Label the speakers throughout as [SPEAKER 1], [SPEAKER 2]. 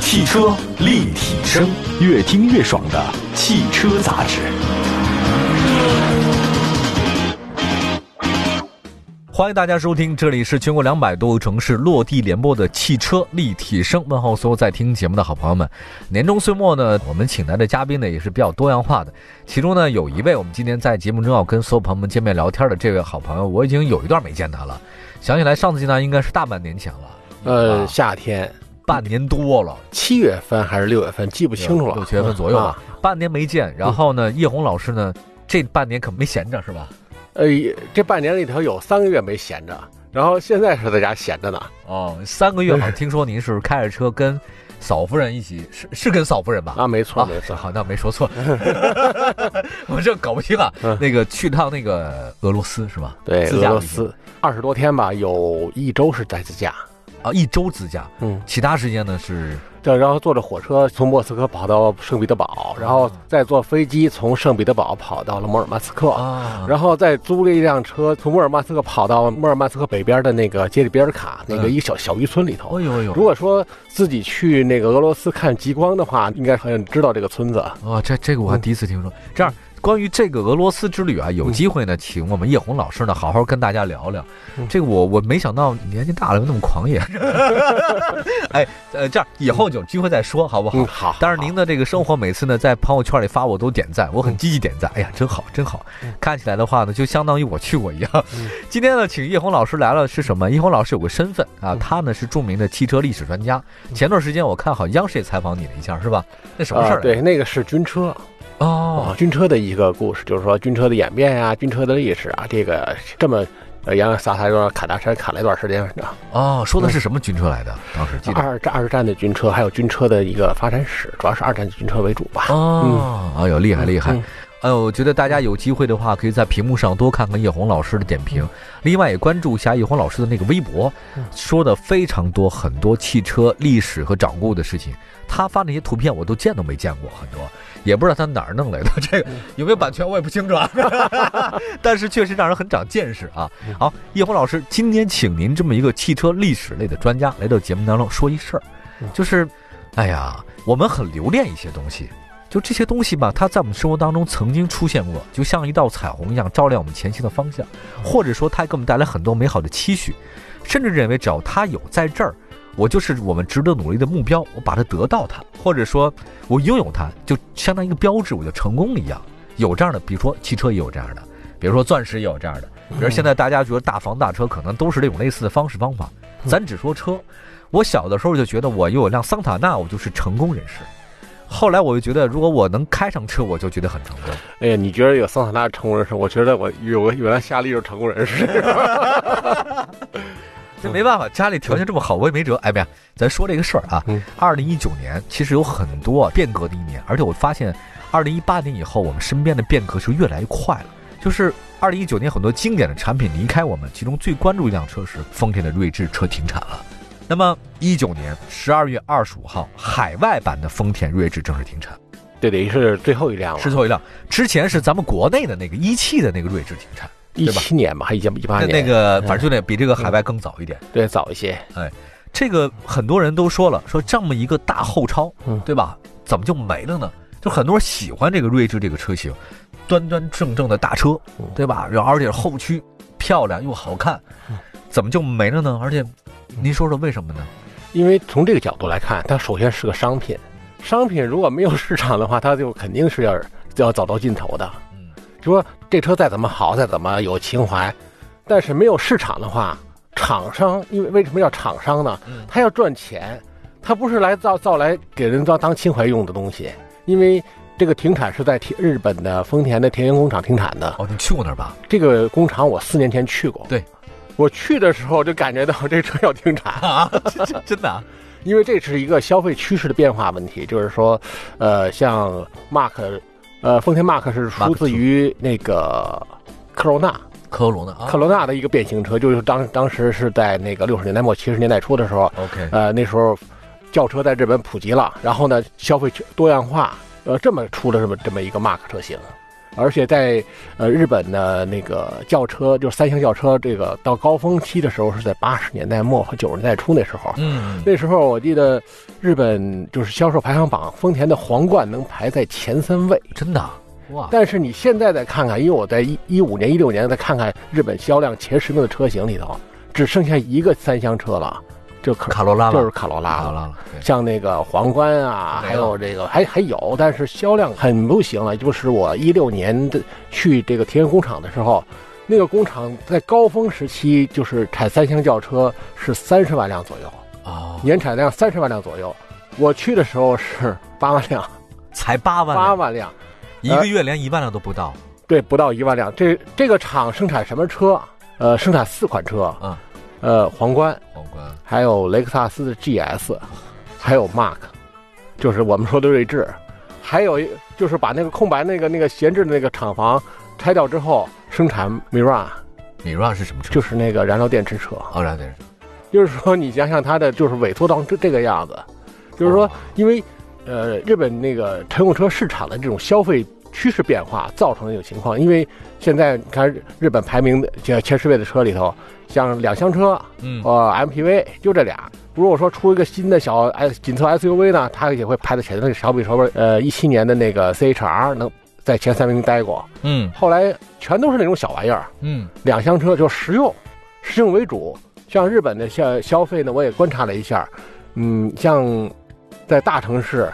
[SPEAKER 1] 汽车立体声，越听越爽的汽车杂志。
[SPEAKER 2] 欢迎大家收听，这里是全国两百多个城市落地联播的汽车立体声。问候所有在听节目的好朋友们。年终岁末呢，我们请来的嘉宾呢也是比较多样化的，其中呢有一位我们今天在节目中要跟所有朋友们见面聊天的这位好朋友，我已经有一段没见他了。想起来上次见他应该是大半年前了，
[SPEAKER 3] 呃，
[SPEAKER 2] 啊
[SPEAKER 3] 夏天
[SPEAKER 2] 半年多了。
[SPEAKER 3] 七月份还是六月份，记不清楚了，
[SPEAKER 2] 六七月份左右吧
[SPEAKER 3] 啊。，
[SPEAKER 2] 半年没见。然后呢，叶红老师呢，这半年可没闲着是吧？
[SPEAKER 3] 呃，这半年里头有三个月没闲着，然后现在是在家闲着呢。
[SPEAKER 2] 哦，三个月好像听说您是开着车跟嫂夫人一起，是是跟嫂夫人吧？
[SPEAKER 3] 啊，没错
[SPEAKER 2] 啊
[SPEAKER 3] 没错，
[SPEAKER 2] 好，那我没说 错， 我这搞不清啊。
[SPEAKER 3] 嗯
[SPEAKER 2] 那个去趟那个俄罗斯是吧？
[SPEAKER 3] 对，
[SPEAKER 2] 自
[SPEAKER 3] 俄
[SPEAKER 2] 驾
[SPEAKER 3] 罗
[SPEAKER 2] 旅行
[SPEAKER 3] 斯二十多天吧，有一周是在自驾，
[SPEAKER 2] 啊，一周自驾，
[SPEAKER 3] 嗯，
[SPEAKER 2] 其他时间呢是
[SPEAKER 3] 对，然后坐着火车从莫斯科跑到圣彼得堡，然后再坐飞机从圣彼得堡跑到了摩尔曼斯克。
[SPEAKER 2] 啊，
[SPEAKER 3] 哦然后再租了一辆车，从摩尔曼斯克跑到摩尔曼斯克北边的那个杰里别尔卡那个
[SPEAKER 2] 嗯
[SPEAKER 3] 一个小小渔村里头，
[SPEAKER 2] 哎呦哎呦，
[SPEAKER 3] 如果说自己去那个俄罗斯看极光的话，应该很知道这个村子。
[SPEAKER 2] 啊，这这个我还第一次听说。
[SPEAKER 3] 嗯
[SPEAKER 2] 这样，关于这个俄罗斯之旅啊，有机会呢，请我们叶红老师呢，好好跟大家聊聊。
[SPEAKER 3] 嗯
[SPEAKER 2] 这个我我没想到年纪大了那么狂野。 哎，呃，这样以后有机会再说好不好？
[SPEAKER 3] 嗯，好。
[SPEAKER 2] 哦但是您的这个生活，每次呢在朋友圈里发，我都点赞，我很积极点
[SPEAKER 3] 嗯
[SPEAKER 2] 赞。哎呀，真好，真好！看起来的话呢，就相当于我去过一样。
[SPEAKER 3] 嗯
[SPEAKER 2] 今天呢，请叶红老师来了是什么？叶红老师有个身份啊，
[SPEAKER 3] 嗯
[SPEAKER 2] 他呢是著名的汽车历史专家。前段时间我看好像央视也采访你了一下，是吧？那什么
[SPEAKER 3] 啊
[SPEAKER 2] 事儿、
[SPEAKER 3] 对，那个是军车
[SPEAKER 2] 哦
[SPEAKER 3] 啊，，军车的一个故事，就是说军车的演变呀、军车的历史啊，这个这么呃洋洋洒洒地砍大山砍了一段时间啊。
[SPEAKER 2] 哦，说的是什么军车来的？当时记得。
[SPEAKER 3] 二战二战的军车，还有军车的一个发展史，主要是二战军车为主吧。
[SPEAKER 2] 哦，哎呦，厉害厉害！
[SPEAKER 3] 嗯
[SPEAKER 2] 哎呦，我觉得大家有机会的话，可以在屏幕上多看看叶红老师的点评，另外也关注一下叶红老师的那个微博
[SPEAKER 3] 嗯，
[SPEAKER 2] 说的非常多很多汽车历史和掌故的事情。他发那些图片我都见都没见过，很多也不知道他哪儿弄来的，这
[SPEAKER 3] 嗯
[SPEAKER 2] 个有没有版权我也不清楚啊。 但是确实让人很长见识啊。
[SPEAKER 3] 嗯
[SPEAKER 2] 好，叶红老师，今天请您这么一个汽车历史类的专家来到节目当中说一事儿
[SPEAKER 3] 嗯，
[SPEAKER 2] 就是，哎呀，我们很留恋一些东西，就这些东西吧，它在我们生活当中曾经出现过，就像一道彩虹一样照亮我们前行的方向，或者说它给我们带来很多美好的期许，甚至认为只要它有在这儿，我就是我们值得努力的目标，我把它得到它，或者说我拥有它，就相当于一个标志，我就成功了一样。有这样的，比如说汽车也有这样的，比如说钻石也有这样的，比如现在大家觉得大房大车可能都是这种类似的方式方法。咱只说车，我小的时候就觉得我有辆桑塔纳，我就是成功人士。后来我就觉得，如果我能开上车，我就觉得很成功。
[SPEAKER 3] 哎呀，你觉得有桑塔纳成功人士？我觉得我有个原来夏利就是成功人士。
[SPEAKER 2] 这没办法，家里条件这么好，我也没辙。哎，别，咱说这个事儿啊
[SPEAKER 3] 嗯。
[SPEAKER 2] 二零一九年其实有很多变革的一年，而且我发现，二零一八年以后，我们身边的变革是越来越快了。就是二零一九年很多经典的产品离开我们，其中最关注一辆车是丰田的锐志车停产了。那么一九年十二月二十五号，海外版的丰田锐志正式停产。
[SPEAKER 3] 对，等于是最后一辆了，
[SPEAKER 2] 是最后一辆。之前是咱们国内的那个一汽的那个锐志停产，
[SPEAKER 3] 一
[SPEAKER 2] 对吧
[SPEAKER 3] 七年吧，还一一八
[SPEAKER 2] 那
[SPEAKER 3] 年嗯
[SPEAKER 2] 那个反正就那比这个海外更早一点。
[SPEAKER 3] 对早一些。
[SPEAKER 2] 这个很多人都说了，说这么一个大后超
[SPEAKER 3] 嗯，
[SPEAKER 2] 对吧？怎么就没了呢？就很多人喜欢这个锐志这个车型，端端正正的大车
[SPEAKER 3] 嗯，
[SPEAKER 2] 对吧？然后而且后驱漂亮又好看
[SPEAKER 3] 嗯，
[SPEAKER 2] 怎么就没了呢？而且您说说为什么呢？
[SPEAKER 3] 因为从这个角度来看，它首先是个商品，商品如果没有市场的话，它就肯定是要 要走到尽头的。
[SPEAKER 2] 嗯，
[SPEAKER 3] 就说这车再怎么好，再怎么有情怀，但是没有市场的话，厂商因为为什么叫厂商呢
[SPEAKER 2] 嗯？
[SPEAKER 3] 他要赚钱，他不是来造造来给人当当情怀用的东西，因为。这个停产是在田日本的丰田的田园工厂停产的。
[SPEAKER 2] 哦，你去过那儿 吧？
[SPEAKER 3] 这个工厂我四年前去过，
[SPEAKER 2] 对，
[SPEAKER 3] 我去的时候就感觉到这车要停产，
[SPEAKER 2] 啊，这这真的啊？
[SPEAKER 3] 因为这是一个消费趋势的变化问题，就是说，呃，像 Mark，呃，丰田 Mark 是
[SPEAKER 2] Mark
[SPEAKER 3] 出自于那个科罗娜，
[SPEAKER 2] 科罗呢？啊
[SPEAKER 3] 科罗娜的一个变形车，就是当当时是在那个六十年代末七十年代初的时候，
[SPEAKER 2] ，OK，
[SPEAKER 3] 呃，那时候轿车在日呃本普及了，然后呢，消费多样化，呃，这么出了这么这么一个 Mark 车型，而且在呃日本的那个轿车，就是三厢轿车，这个到高峰期的时候是在八十年代末和九十年代初那时候。
[SPEAKER 2] 嗯，
[SPEAKER 3] 那时候我记得日本就是销售排行榜，丰田的皇冠能排在前三位。
[SPEAKER 2] 真的啊哇，
[SPEAKER 3] 但是你现在再看看，因为我在一一五年、一六年再看看日本销量前十名的车型里头，只剩下一个三厢车了，就可
[SPEAKER 2] 卡罗拉了，
[SPEAKER 3] 就是卡
[SPEAKER 2] 卡
[SPEAKER 3] 罗拉
[SPEAKER 2] 罗
[SPEAKER 3] 了。
[SPEAKER 2] 拉了，对
[SPEAKER 3] 像那个皇冠啊，
[SPEAKER 2] 没
[SPEAKER 3] 还
[SPEAKER 2] 了
[SPEAKER 3] 有这个还还有，但是销量很不行了。就是我一六年的去这个田园工厂的时候，那个工厂在高峰时期就是产三厢轿车是三十万辆左右，
[SPEAKER 2] 哦，
[SPEAKER 3] 年产量三十万辆左右。我去的时候是八万辆，
[SPEAKER 2] 才八万
[SPEAKER 3] 八
[SPEAKER 2] 辆，
[SPEAKER 3] 万辆，
[SPEAKER 2] 一个月连一万辆都不到，
[SPEAKER 3] 对，不到一万辆。这这个厂生产什么车啊？呃，生产四款车，
[SPEAKER 2] 嗯，
[SPEAKER 3] 呃，皇冠，
[SPEAKER 2] 皇冠，
[SPEAKER 3] 还有雷克萨斯的 GS，还有 Mark，就是我们说的锐志，还有一就是把那个空白那个那个闲置的那个厂房拆掉之后，生产 Mira，
[SPEAKER 2] 米 a 是什么车？
[SPEAKER 3] 就是那个燃料电池车。
[SPEAKER 2] 哦，燃料电池，
[SPEAKER 3] 就是说，你想想它的就是萎缩到这这个样子，就是说
[SPEAKER 2] 哦，
[SPEAKER 3] 因为呃，日本那个乘用车市场的这种消费趋势变化造成的这种情况。因为现在你看日本排名的前前十位的车里头，像两厢车、
[SPEAKER 2] 嗯，
[SPEAKER 3] 呃 MPV 就这俩。如果说出一个新的小 S 紧凑 SUV 呢，它也会排在前头。小比说吧，呃，一七年的那个 CHR 能在前三名待过，
[SPEAKER 2] 嗯
[SPEAKER 3] 后来全都是那种小玩意儿。
[SPEAKER 2] 嗯，
[SPEAKER 3] 两厢车就实用，实用为主。像日本的消消费呢，我也观察了一下，嗯，像在大城市，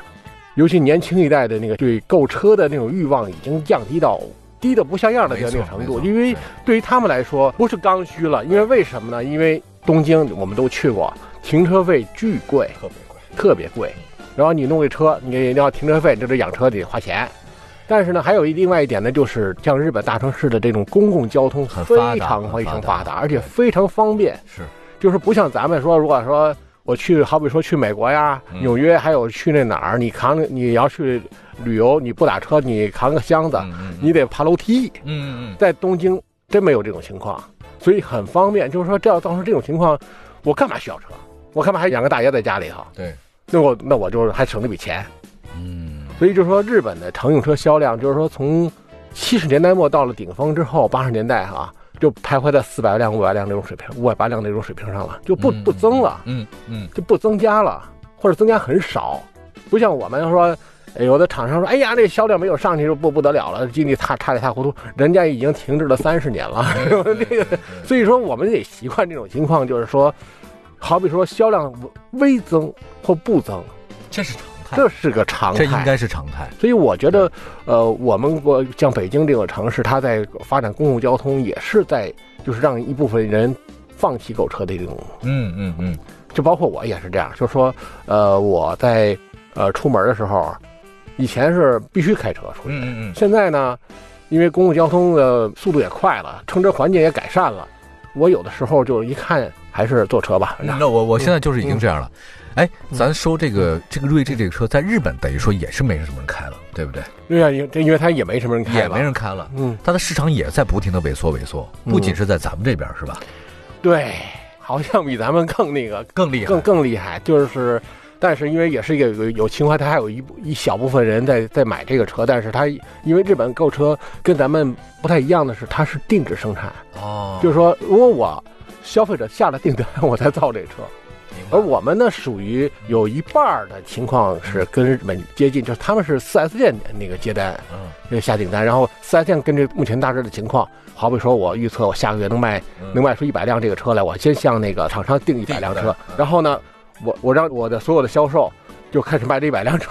[SPEAKER 3] 尤其年轻一代的那个对购车的那种欲望已经降低到低的不像样的
[SPEAKER 2] 没
[SPEAKER 3] 这个那
[SPEAKER 2] 错
[SPEAKER 3] 个程度，
[SPEAKER 2] 没错
[SPEAKER 3] 因为
[SPEAKER 2] 对
[SPEAKER 3] 对于他们来说不是刚需了。因为为什么呢？因为东京我们都去过，停车费巨贵，
[SPEAKER 2] 特别贵，
[SPEAKER 3] 特别贵。然后你弄这车，你要停车费，你这养车得花钱。但是呢，还有一另外一点呢，就是像日本大城市的这种公共交通
[SPEAKER 2] 很
[SPEAKER 3] 非
[SPEAKER 2] 发达
[SPEAKER 3] 常
[SPEAKER 2] 很
[SPEAKER 3] 非
[SPEAKER 2] 发
[SPEAKER 3] 常
[SPEAKER 2] 达
[SPEAKER 3] 发达，而且非常方便，
[SPEAKER 2] 是，
[SPEAKER 3] 就是不像咱们说，如果说我去，好比说去美国呀、
[SPEAKER 2] 嗯
[SPEAKER 3] 纽约，还有去那哪儿，你扛你要去旅游，你不打车，你扛个箱子，
[SPEAKER 2] 嗯嗯
[SPEAKER 3] 你得爬楼梯。
[SPEAKER 2] 嗯嗯嗯，
[SPEAKER 3] 在东京真没有这种情况，所以很方便。就是说，这要造成这种情况，我干嘛需要车？我干嘛还养个大爷在家里头？
[SPEAKER 2] 对，
[SPEAKER 3] 那我那我就是还省了笔钱。
[SPEAKER 2] 嗯
[SPEAKER 3] 所以就是说，日本的乘用车销量，就是说从七十年代末到了顶峰之后，八十年代啊，就徘徊在四百辆、五百辆这种水平，五百八辆这种水平上了，就不
[SPEAKER 2] 嗯
[SPEAKER 3] 不增了，
[SPEAKER 2] 嗯嗯，
[SPEAKER 3] 就不增加了，或者增加很少。不像我们说，哎有的厂商说，哎呀，这销量没有上去就不不得了了，经济差差的一塌糊涂，人家已经停滞了三十年了。 这个，所以说我们得习惯这种情况，就是说，好比说销量微增或不增，
[SPEAKER 2] 这是常态，
[SPEAKER 3] 这是个常态。
[SPEAKER 2] 这应该是常态，
[SPEAKER 3] 所以我觉得，呃，我们国像北京这个城市，它在发展公共交通，也是在就是让一部分人放弃购车的这种，
[SPEAKER 2] 嗯嗯嗯，
[SPEAKER 3] 就包括我也是这样，就是说，呃，我在呃出门的时候，以前是必须开车出去，
[SPEAKER 2] 嗯嗯
[SPEAKER 3] 现在呢，因为公共交通的速度也快了，乘车环境也改善了，我有的时候就一看还是坐车吧，
[SPEAKER 2] 嗯，那我我现在就是已经这样了。哎，
[SPEAKER 3] 嗯
[SPEAKER 2] 咱说这个这个锐志这个车，在日本等于说也是没什么人开了，对不对？
[SPEAKER 3] 对呀，因因为它也没什么人开
[SPEAKER 2] 也
[SPEAKER 3] 了，
[SPEAKER 2] 没人开了，
[SPEAKER 3] 嗯，
[SPEAKER 2] 它的市场也在不停的萎缩萎缩，不仅是在咱们这边是吧？
[SPEAKER 3] 对，好像比咱们更那个
[SPEAKER 2] 更厉害，
[SPEAKER 3] 更更厉害，哦就是，但是因为也是有有有情怀，他还有一部一小部分人在在买这个车，但是他因为日本购车跟咱们不太一样的是，它是定制生产，
[SPEAKER 2] 哦，
[SPEAKER 3] 就是说如果我消费者下了订单，我才造这车，
[SPEAKER 2] 明白
[SPEAKER 3] 而我们呢属于有一半儿的情况是跟日本接近，就是他们是4 S 店那个接单
[SPEAKER 2] 嗯
[SPEAKER 3] 呃下订单，然后4 S 店根据目前大致的情况，好比说我预测我下个月能卖
[SPEAKER 2] 嗯
[SPEAKER 3] 能卖出一百辆这个车来，我先向那个厂商订一百辆车，然后呢，我我让我的所有的销售就开始卖这一百辆车。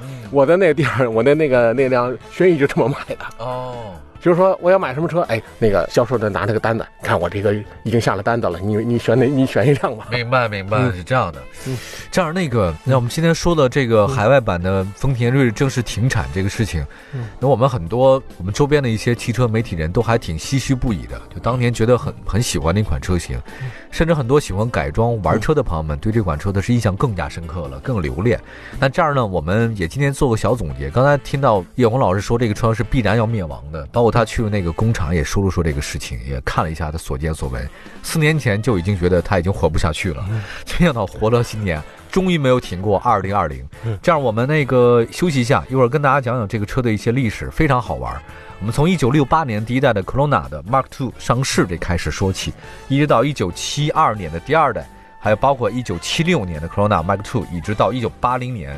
[SPEAKER 2] 嗯
[SPEAKER 3] 我的那个地儿，我的那个那辆轩逸就这么卖的，
[SPEAKER 2] 哦，
[SPEAKER 3] 就是说我要买什么车，哎，那个销售就拿这个单子，看我这个已经下了单子了，你你选哪你选一辆吧。
[SPEAKER 2] 明白明白，
[SPEAKER 3] 嗯
[SPEAKER 2] 是这样的
[SPEAKER 3] 嗯。
[SPEAKER 2] 这样那个，那我们今天说的这个海外版的丰田锐志正式停产这个事情
[SPEAKER 3] 嗯，
[SPEAKER 2] 那我们很多我们周边的一些汽车媒体人都还挺唏嘘不已的，就当年觉得很很喜欢的一款车型，
[SPEAKER 3] 嗯
[SPEAKER 2] 甚至很多喜欢改装玩车的朋友们对这款车的是印象更加深刻了，更留恋。那这样呢，我们也今天做个小总结。刚才听到叶红老师说，这个车是必然要灭亡的，包括他去了那个工厂也说了说这个事情，也看了一 下他所见所闻。四年前就已经觉得他已经活不下去了，没想到活了今年，终于没有挺过二零二零。这样我们那个休息一下，一会儿跟大家讲讲这个车的一些历史，非常好玩儿。我们从一九六八年第一代的 Corona 的 Mark Two 上市这开始说起，一直到一九七二年的第二代，还有包括一九七六年的 Corona Mark Two，一直到一九八零年，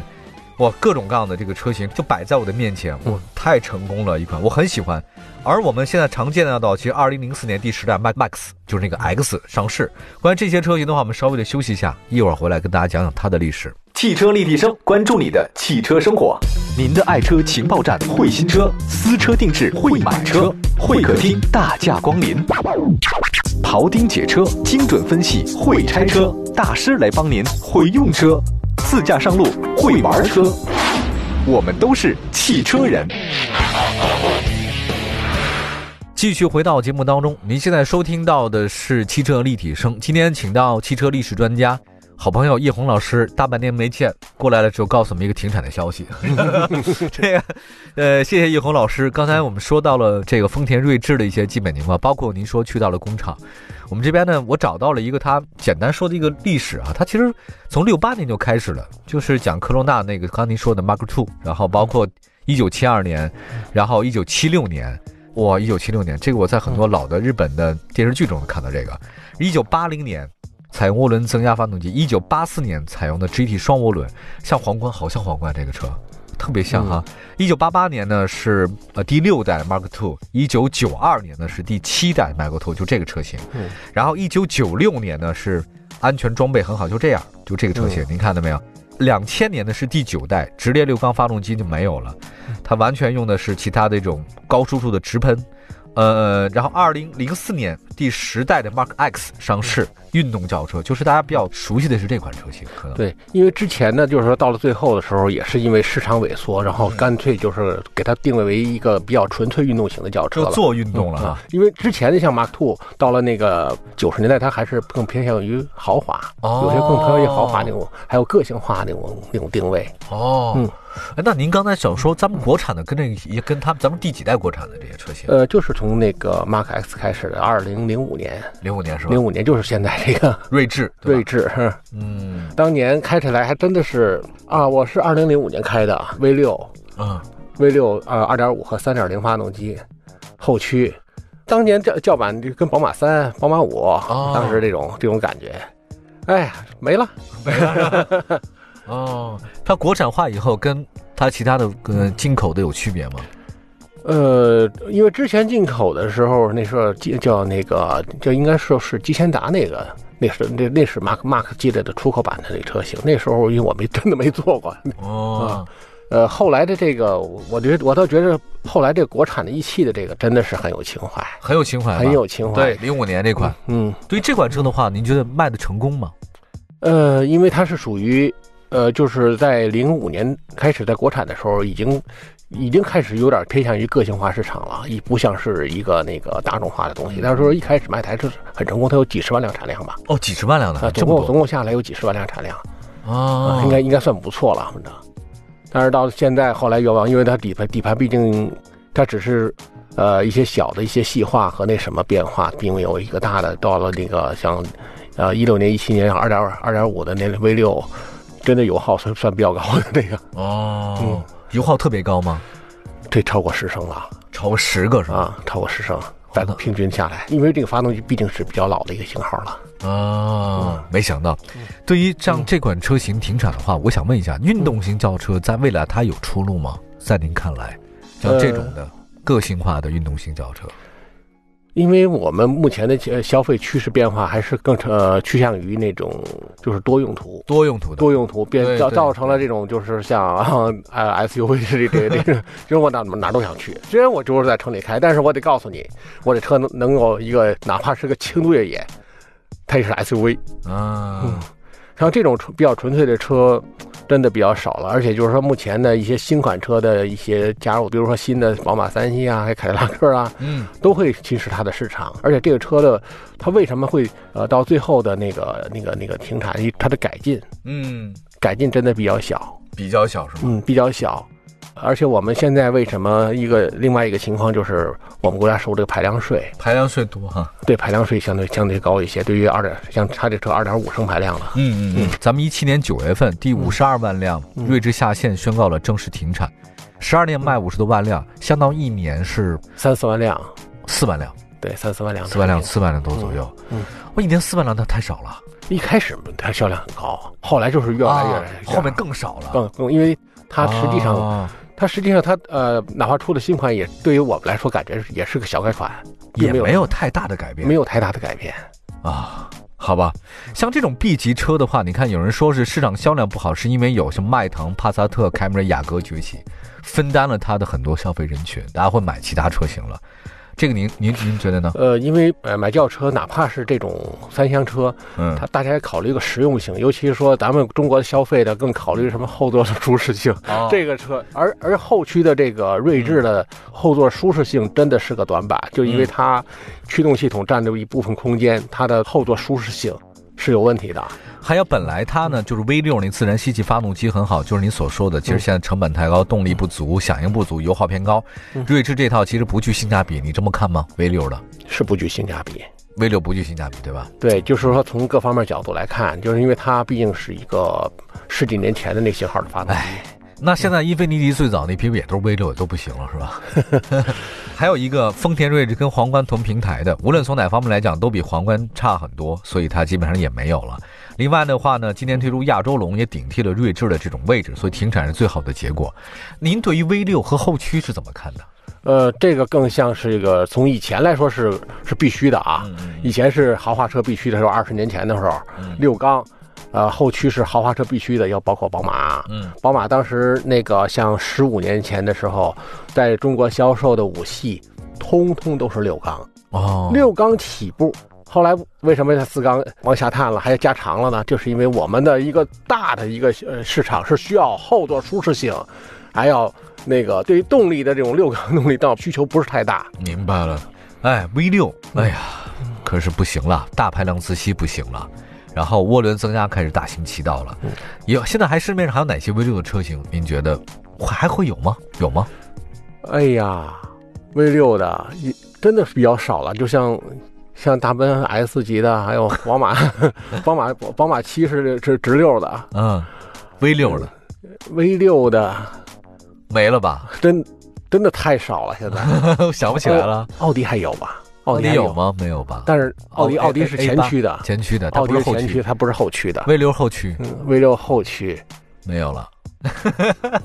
[SPEAKER 2] 哇，各种各样的这个车型就摆在我的面前，哇，太成功了一款，我很喜欢。而我们现在常见到，其实二零零四年第十代 Mac Max 就是那个 X 上市。关于这些车型的话，我们稍微的休息一下，一会儿回来跟大家讲讲它的历史。
[SPEAKER 1] 汽车立体声，关注你的汽车生活。您的爱车情报站，会新车，私车定制，会买车，会客厅大驾光临。庖丁解车，精准分析，会拆车大师来帮您，会用车，自驾上路，会玩车。我们都是汽车人。
[SPEAKER 2] 继续回到节目当中，您现在收听到的是汽车立体声。今天请到汽车历史专家、好朋友叶红老师，大半年没见，过来了之后告诉我们一个停产的消息。这个，呃，谢谢叶红老师。刚才我们说到了这个丰田锐志的一些基本情况，包括您说去到了工厂。我们这边呢，我找到了一个他简单说的一个历史啊，他其实从六八年就开始了，就是讲科罗娜那个刚才您说的 Mark Two，然后包括一九七二年，然后一九七六年。哇，一九七六年，这个我在很多老的日本的电视剧中看到这个。一九八零年采用涡轮增压发动机，一九八四年采用的 GT 双涡轮，像皇冠，好像皇冠这个车，特别像哈。一九八八年呢是呃第六代 Mark Two，一九九二年呢是第七代 Mark Two，就这个车型。
[SPEAKER 3] 嗯
[SPEAKER 2] 然后一九九六年呢是安全装备很好，就这样，就这个车
[SPEAKER 3] 嗯
[SPEAKER 2] 型，您看到没有？两千年的是第九代直列六缸发动机就没有了，
[SPEAKER 3] 嗯
[SPEAKER 2] 它完全用的是其他的一种高输出的直喷。呃，然后二零零四年第十代的 Mark X 上
[SPEAKER 3] 嗯
[SPEAKER 2] 市，运动轿车，就是大家比较熟悉的是这款车型，可能
[SPEAKER 3] 对，因为之前呢，就是说到了最后的时候，也是因为市场萎缩，然后
[SPEAKER 2] 嗯
[SPEAKER 3] 干脆就是给它定位为一个比较纯粹运动型的轿车
[SPEAKER 2] 就
[SPEAKER 3] 了。
[SPEAKER 2] 做运动了啊。
[SPEAKER 3] 因为之前的像 Mark Two 到了那个九十年代，它还是更偏向于豪华，
[SPEAKER 2] 哦
[SPEAKER 3] 有些更偏向于豪华那种，还有个性化那种那种定位。
[SPEAKER 2] 哦，
[SPEAKER 3] 嗯
[SPEAKER 2] 哎，那您刚才想说咱们国产的跟这个也跟他们咱们第几代国产的这些车型？
[SPEAKER 3] 呃，就是从那个 Mark X 开始的，二零零五年，
[SPEAKER 2] 零五年是吧
[SPEAKER 3] 零？五年就是现在这个
[SPEAKER 2] 锐志，对吧
[SPEAKER 3] 锐志。哼
[SPEAKER 2] 嗯
[SPEAKER 3] 当年开起来还真的是啊，我是二零零五年开的 V 六
[SPEAKER 2] 嗯，
[SPEAKER 3] ，V 六呃二点五和三点零发动机，后驱。当年轿轿版就跟宝马三、宝马五、
[SPEAKER 2] 哦
[SPEAKER 3] 当时这种这种感觉，哎呀没了。
[SPEAKER 2] 没了是吧。哦，它国产化以后跟它其他的呃进口的有区别吗？
[SPEAKER 3] 呃，因为之前进口的时候，那时候叫叫那个叫应该说是吉贤达那个，那是那那是 Mark Mark 系列的出口版的那车型。那时候因为我没真的没做过，
[SPEAKER 2] 哦，
[SPEAKER 3] 呃，后来的这个，我我觉得我倒觉得后来这国产的一汽的这个真的是很有情怀，
[SPEAKER 2] 很有情怀吧，
[SPEAKER 3] 很有情怀。
[SPEAKER 2] 对，，零五年这款，
[SPEAKER 3] 嗯，
[SPEAKER 2] 对于这款车的话，您觉得卖的成功吗？
[SPEAKER 3] 呃，因为它是属于，呃，就是在零五年开始在国产的时候，已经已经开始有点偏向于个性化市场了，已不像是一个那个大众化的东西。但是说一开始卖的还是很成功，它有几十万辆产量吧，
[SPEAKER 2] 哦，几十万辆
[SPEAKER 3] 啊、
[SPEAKER 2] 的，这
[SPEAKER 3] 总
[SPEAKER 2] 么
[SPEAKER 3] 共总
[SPEAKER 2] 多
[SPEAKER 3] 共下来有几十万辆产量，
[SPEAKER 2] 哦
[SPEAKER 3] 啊，应该应该算不错了，反正。但是到现在后来越往，因为它底盘底盘毕竟它只是呃一些小的一些细化和那什么变化，并没有一个大的。到了那个像呃一六年、一七年二点二点五的那 V 六，真的油耗算算比较高的那个，嗯
[SPEAKER 2] 哦，油耗特别高吗？
[SPEAKER 3] 这超过十升了
[SPEAKER 2] 超过十个是吧？
[SPEAKER 3] 啊，超过十升。再
[SPEAKER 2] 的
[SPEAKER 3] 平均下来，因为这个发动机毕竟是比较老的一个型号了。嗯
[SPEAKER 2] 啊，没想到，对于像这款车型停产的话，我想问一下，运动型轿车在未来它有出路吗？在您看来，像这种
[SPEAKER 3] 呃
[SPEAKER 2] 的个性化的运动型轿车，
[SPEAKER 3] 因为我们目前的呃消费趋势变化还是更呃趋向于那种就是多用途，
[SPEAKER 2] 多用途的，
[SPEAKER 3] 多用途
[SPEAKER 2] 对
[SPEAKER 3] 变造
[SPEAKER 2] 对
[SPEAKER 3] 造成了这种就是像呃 SUV 这这这这，就是我哪哪都想去。虽然我就是在城里开，但是我得告诉你，我这车能能有一个哪怕是个轻度越野，它也是 SUV。
[SPEAKER 2] 啊，
[SPEAKER 3] 嗯像这种纯比较纯粹的车，真的比较少了。而且就是说，目前的一些新款车的一些加入，比如说新的宝马三系啊，还有凯迪拉克啊，
[SPEAKER 2] 嗯，
[SPEAKER 3] 都会侵蚀它的市场。而且这个车的它为什么会呃到最后的那个那个那个停产，它的改进
[SPEAKER 2] 嗯，
[SPEAKER 3] 改进真的比较小。
[SPEAKER 2] 比较小是吗？
[SPEAKER 3] 嗯，比较小。而且我们现在为什么一个另外一个情况就是我们国家收这个排量税，
[SPEAKER 2] 排量税多哈。
[SPEAKER 3] 对排量税相对相对高一些，对于二点像它这车二点五升排量了，
[SPEAKER 2] 嗯嗯嗯，咱们一七年九月份，第五十二万辆
[SPEAKER 3] 嗯
[SPEAKER 2] 锐志下线宣告了正式停产，十二年卖五十多万辆，相当于一年是
[SPEAKER 3] 三四万辆，
[SPEAKER 2] 四万辆，
[SPEAKER 3] 对三四万辆，
[SPEAKER 2] 四万辆，。四万辆多左右。
[SPEAKER 3] 嗯嗯嗯
[SPEAKER 2] 我一年四万辆，那太少了，
[SPEAKER 3] 一开始它销量很高，后来就是越来越、
[SPEAKER 2] 啊后面更少了。
[SPEAKER 3] 更更，因为它实际上、
[SPEAKER 2] 啊
[SPEAKER 3] 它实际上它呃，哪怕出了新款也，对于我们来说感觉是也是个小改款，
[SPEAKER 2] 也
[SPEAKER 3] 并
[SPEAKER 2] 没
[SPEAKER 3] 没
[SPEAKER 2] 有太大的改变，
[SPEAKER 3] 没有太大的改变。
[SPEAKER 2] 啊。好吧，像这种 B 级车的话，你看有人说是市场销量不好，是因为有什么迈腾、帕萨特、凯美瑞、雅阁崛起，分担了它的很多消费人群，大家会买其他车型了。这个您您您觉得呢？
[SPEAKER 3] 呃，因为呃买轿车，哪怕是这种三厢车，
[SPEAKER 2] 嗯
[SPEAKER 3] 它大家也考虑一个实用性，尤其是说咱们中国的消费的更考虑什么后座的舒适性。
[SPEAKER 2] 哦
[SPEAKER 3] 这个车，而而后驱的这个锐志的后座舒适性真的是个短板，就因为它驱动系统占着一部分空间，它的后座舒适性是有问题的。
[SPEAKER 2] 还有本来它呢就是 V 六那自然吸气发动机很好，就是您所说的，其实现在成本太高，动力不足，响应不足，油耗偏高。锐志这套其实不具性价比，你这么看吗？V 六的
[SPEAKER 3] 是不具性价比。
[SPEAKER 2] V 六不具性价比，对吧？
[SPEAKER 3] 对，就是说从各方面角度来看，就是因为它毕竟是一个十几年前的那型号的发动机。
[SPEAKER 2] 那现在英菲尼迪最早那批不也都是 V 六都不行了是吧？ 还有一个丰田锐志跟皇冠同平台的，无论从哪方面来讲都比皇冠差很多，所以它基本上也没有了。另外的话呢，今年推出亚洲龙也顶替了锐志的这种位置，所以停产是最好的结果。您对于 V 六和后驱是怎么看的？
[SPEAKER 3] 呃，这个更像是一个从以前来说是是必须的啊。以前是豪华车必须的时候，二十年前的时候，六缸，呃，后驱是豪华车必须的，要包括宝马。
[SPEAKER 2] 嗯，
[SPEAKER 3] 宝马当时那个像十五年前的时候，在中国销售的五系，通通都是六缸，
[SPEAKER 2] 哦，
[SPEAKER 3] 六缸起步。后来为什么它四缸往下探了，还要加长了呢？就是因为我们的一个大的一个呃市场是需要后座舒适性，还要那个对于动力的这种六缸动力道需求不是太大。
[SPEAKER 2] 明白了。哎，V 六，哎呀，可是不行了，大排量自吸不行了。然后涡轮增压开始大行其道了，
[SPEAKER 3] 嗯
[SPEAKER 2] 有现在还市面上还有哪些 V 六的车型？您觉得还还会有吗？有吗？
[SPEAKER 3] 哎呀，V 六的也真的是比较少了，就像像大奔 S 级的，还有宝马， 宝马宝马七是是直六的
[SPEAKER 2] 嗯，V 六的
[SPEAKER 3] ，V 六的
[SPEAKER 2] 没了吧？
[SPEAKER 3] 真真的太少了。现在
[SPEAKER 2] 想不起来了。
[SPEAKER 3] 奥迪还有吧？哦奥迪
[SPEAKER 2] 迪
[SPEAKER 3] 还
[SPEAKER 2] 有？吗？没有吧？
[SPEAKER 3] 但是奥迪
[SPEAKER 2] 哦，A-
[SPEAKER 3] 奥迪是
[SPEAKER 2] A- A8
[SPEAKER 3] 前驱的，
[SPEAKER 2] 前驱的，它
[SPEAKER 3] 奥
[SPEAKER 2] 不
[SPEAKER 3] 迪
[SPEAKER 2] 是后
[SPEAKER 3] 前
[SPEAKER 2] 驱
[SPEAKER 3] 驱，。它不是后驱的。
[SPEAKER 2] V 六后驱
[SPEAKER 3] 嗯，V 六后驱，
[SPEAKER 2] 没有了，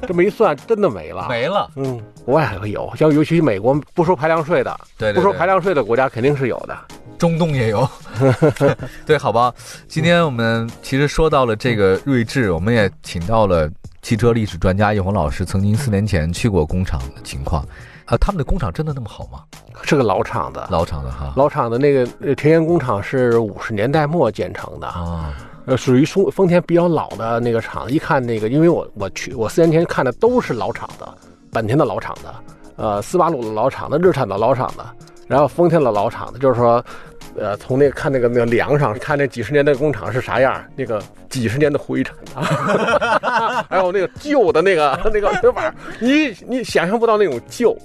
[SPEAKER 3] 这么一算，真的没了。
[SPEAKER 2] 没了。
[SPEAKER 3] 嗯，国外还会有，像尤其美国不收排量税的，
[SPEAKER 2] 对，
[SPEAKER 3] 不
[SPEAKER 2] 对
[SPEAKER 3] 收
[SPEAKER 2] 对
[SPEAKER 3] 排量税的国家肯定是有的。
[SPEAKER 2] 中东也有，对，好吧。今天我们其实说到了这个睿智，我们也请到了汽车历史专家叶红老师，曾经四年前去过工厂的情况。啊，他们的工厂真的那么好吗？
[SPEAKER 3] 是个老厂的，
[SPEAKER 2] 老厂的哈，
[SPEAKER 3] 老厂的那个呃田园工厂是五十年代末建成的，
[SPEAKER 2] 啊，
[SPEAKER 3] 呃，属于丰丰田比较老的那个厂。一看那个，因为我我去我四年前看的都是老厂的，本田的老厂的，呃，斯巴鲁的老厂的，日产的老厂的，然后丰田的老厂的，就是说，呃，从那看那个那个梁上看那几十年的工厂是啥样，那个几十年的灰尘啊， 还有那个旧的那个 那个那玩意儿，你你想象不到那种旧，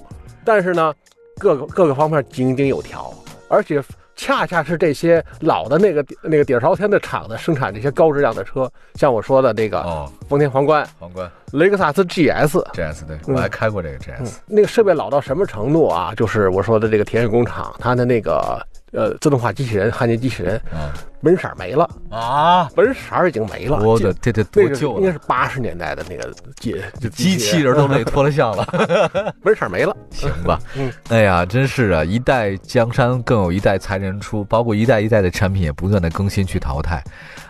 [SPEAKER 3] 但是呢，各个各个方面井井有条，而且恰恰是这些老的那个那个底儿朝天的厂子生产这些高质量的车，像我说的那个
[SPEAKER 2] 哦，
[SPEAKER 3] 丰田皇冠、
[SPEAKER 2] 皇冠
[SPEAKER 3] 雷克萨斯 GS，
[SPEAKER 2] GS 对，
[SPEAKER 3] 嗯
[SPEAKER 2] 我还开过这个
[SPEAKER 3] 嗯
[SPEAKER 2] GS，，
[SPEAKER 3] 那个设备老到什么程度啊？就是我说的这个田园工厂，它的那个呃自动化机器人、焊接机器人
[SPEAKER 2] 啊
[SPEAKER 3] 门色儿没了，
[SPEAKER 2] 啊，
[SPEAKER 3] 门色儿已经没了。
[SPEAKER 2] 我的
[SPEAKER 3] 这
[SPEAKER 2] 这这
[SPEAKER 3] 那
[SPEAKER 2] 多
[SPEAKER 3] 个是
[SPEAKER 2] 旧
[SPEAKER 3] 应该
[SPEAKER 2] 了，
[SPEAKER 3] 是八十年代的那个机就
[SPEAKER 2] 机器人都累脱了相了。
[SPEAKER 3] 门色儿没了。
[SPEAKER 2] 行吧
[SPEAKER 3] 嗯，
[SPEAKER 2] 哎呀，真是啊，一代江山更有一代才人出，包括一代一代的产品也不断的更新去淘汰。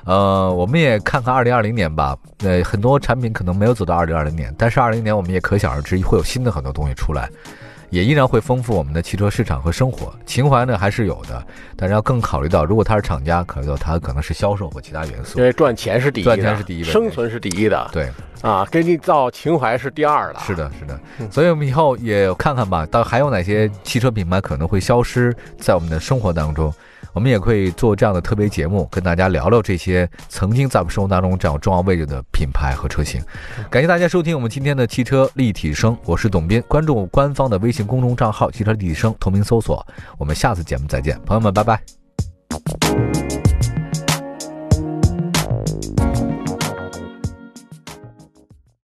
[SPEAKER 2] 呃，我们也看看二零二零年吧，呃，很多产品可能没有走到二零二零年，但是二零年我们也可想而知会有新的很多东西出来。也依然会丰富我们的汽车市场和生活。情怀呢还是有的，但是要更考虑到，如果他是厂家，考虑到他可能是销售或其他元素
[SPEAKER 3] 因。为赚钱是第一的，
[SPEAKER 2] 赚钱是第一位
[SPEAKER 3] 生存是第一的
[SPEAKER 2] 对，
[SPEAKER 3] 啊，给你造情怀是第二的，啊
[SPEAKER 2] 是的，是的。所以我们以后也看看吧，到还有哪些汽车品牌可能会消失在我们的生活当中。我们也会做这样的特别节目，跟大家聊聊这些曾经在我们生活当中占有重要位置的品牌和车型。感谢大家收听我们今天的汽车立体声，我是董斌，关注我官方的微信公众账号“汽车立体声”，同名搜索。我们下次节目再见，朋友们，拜拜。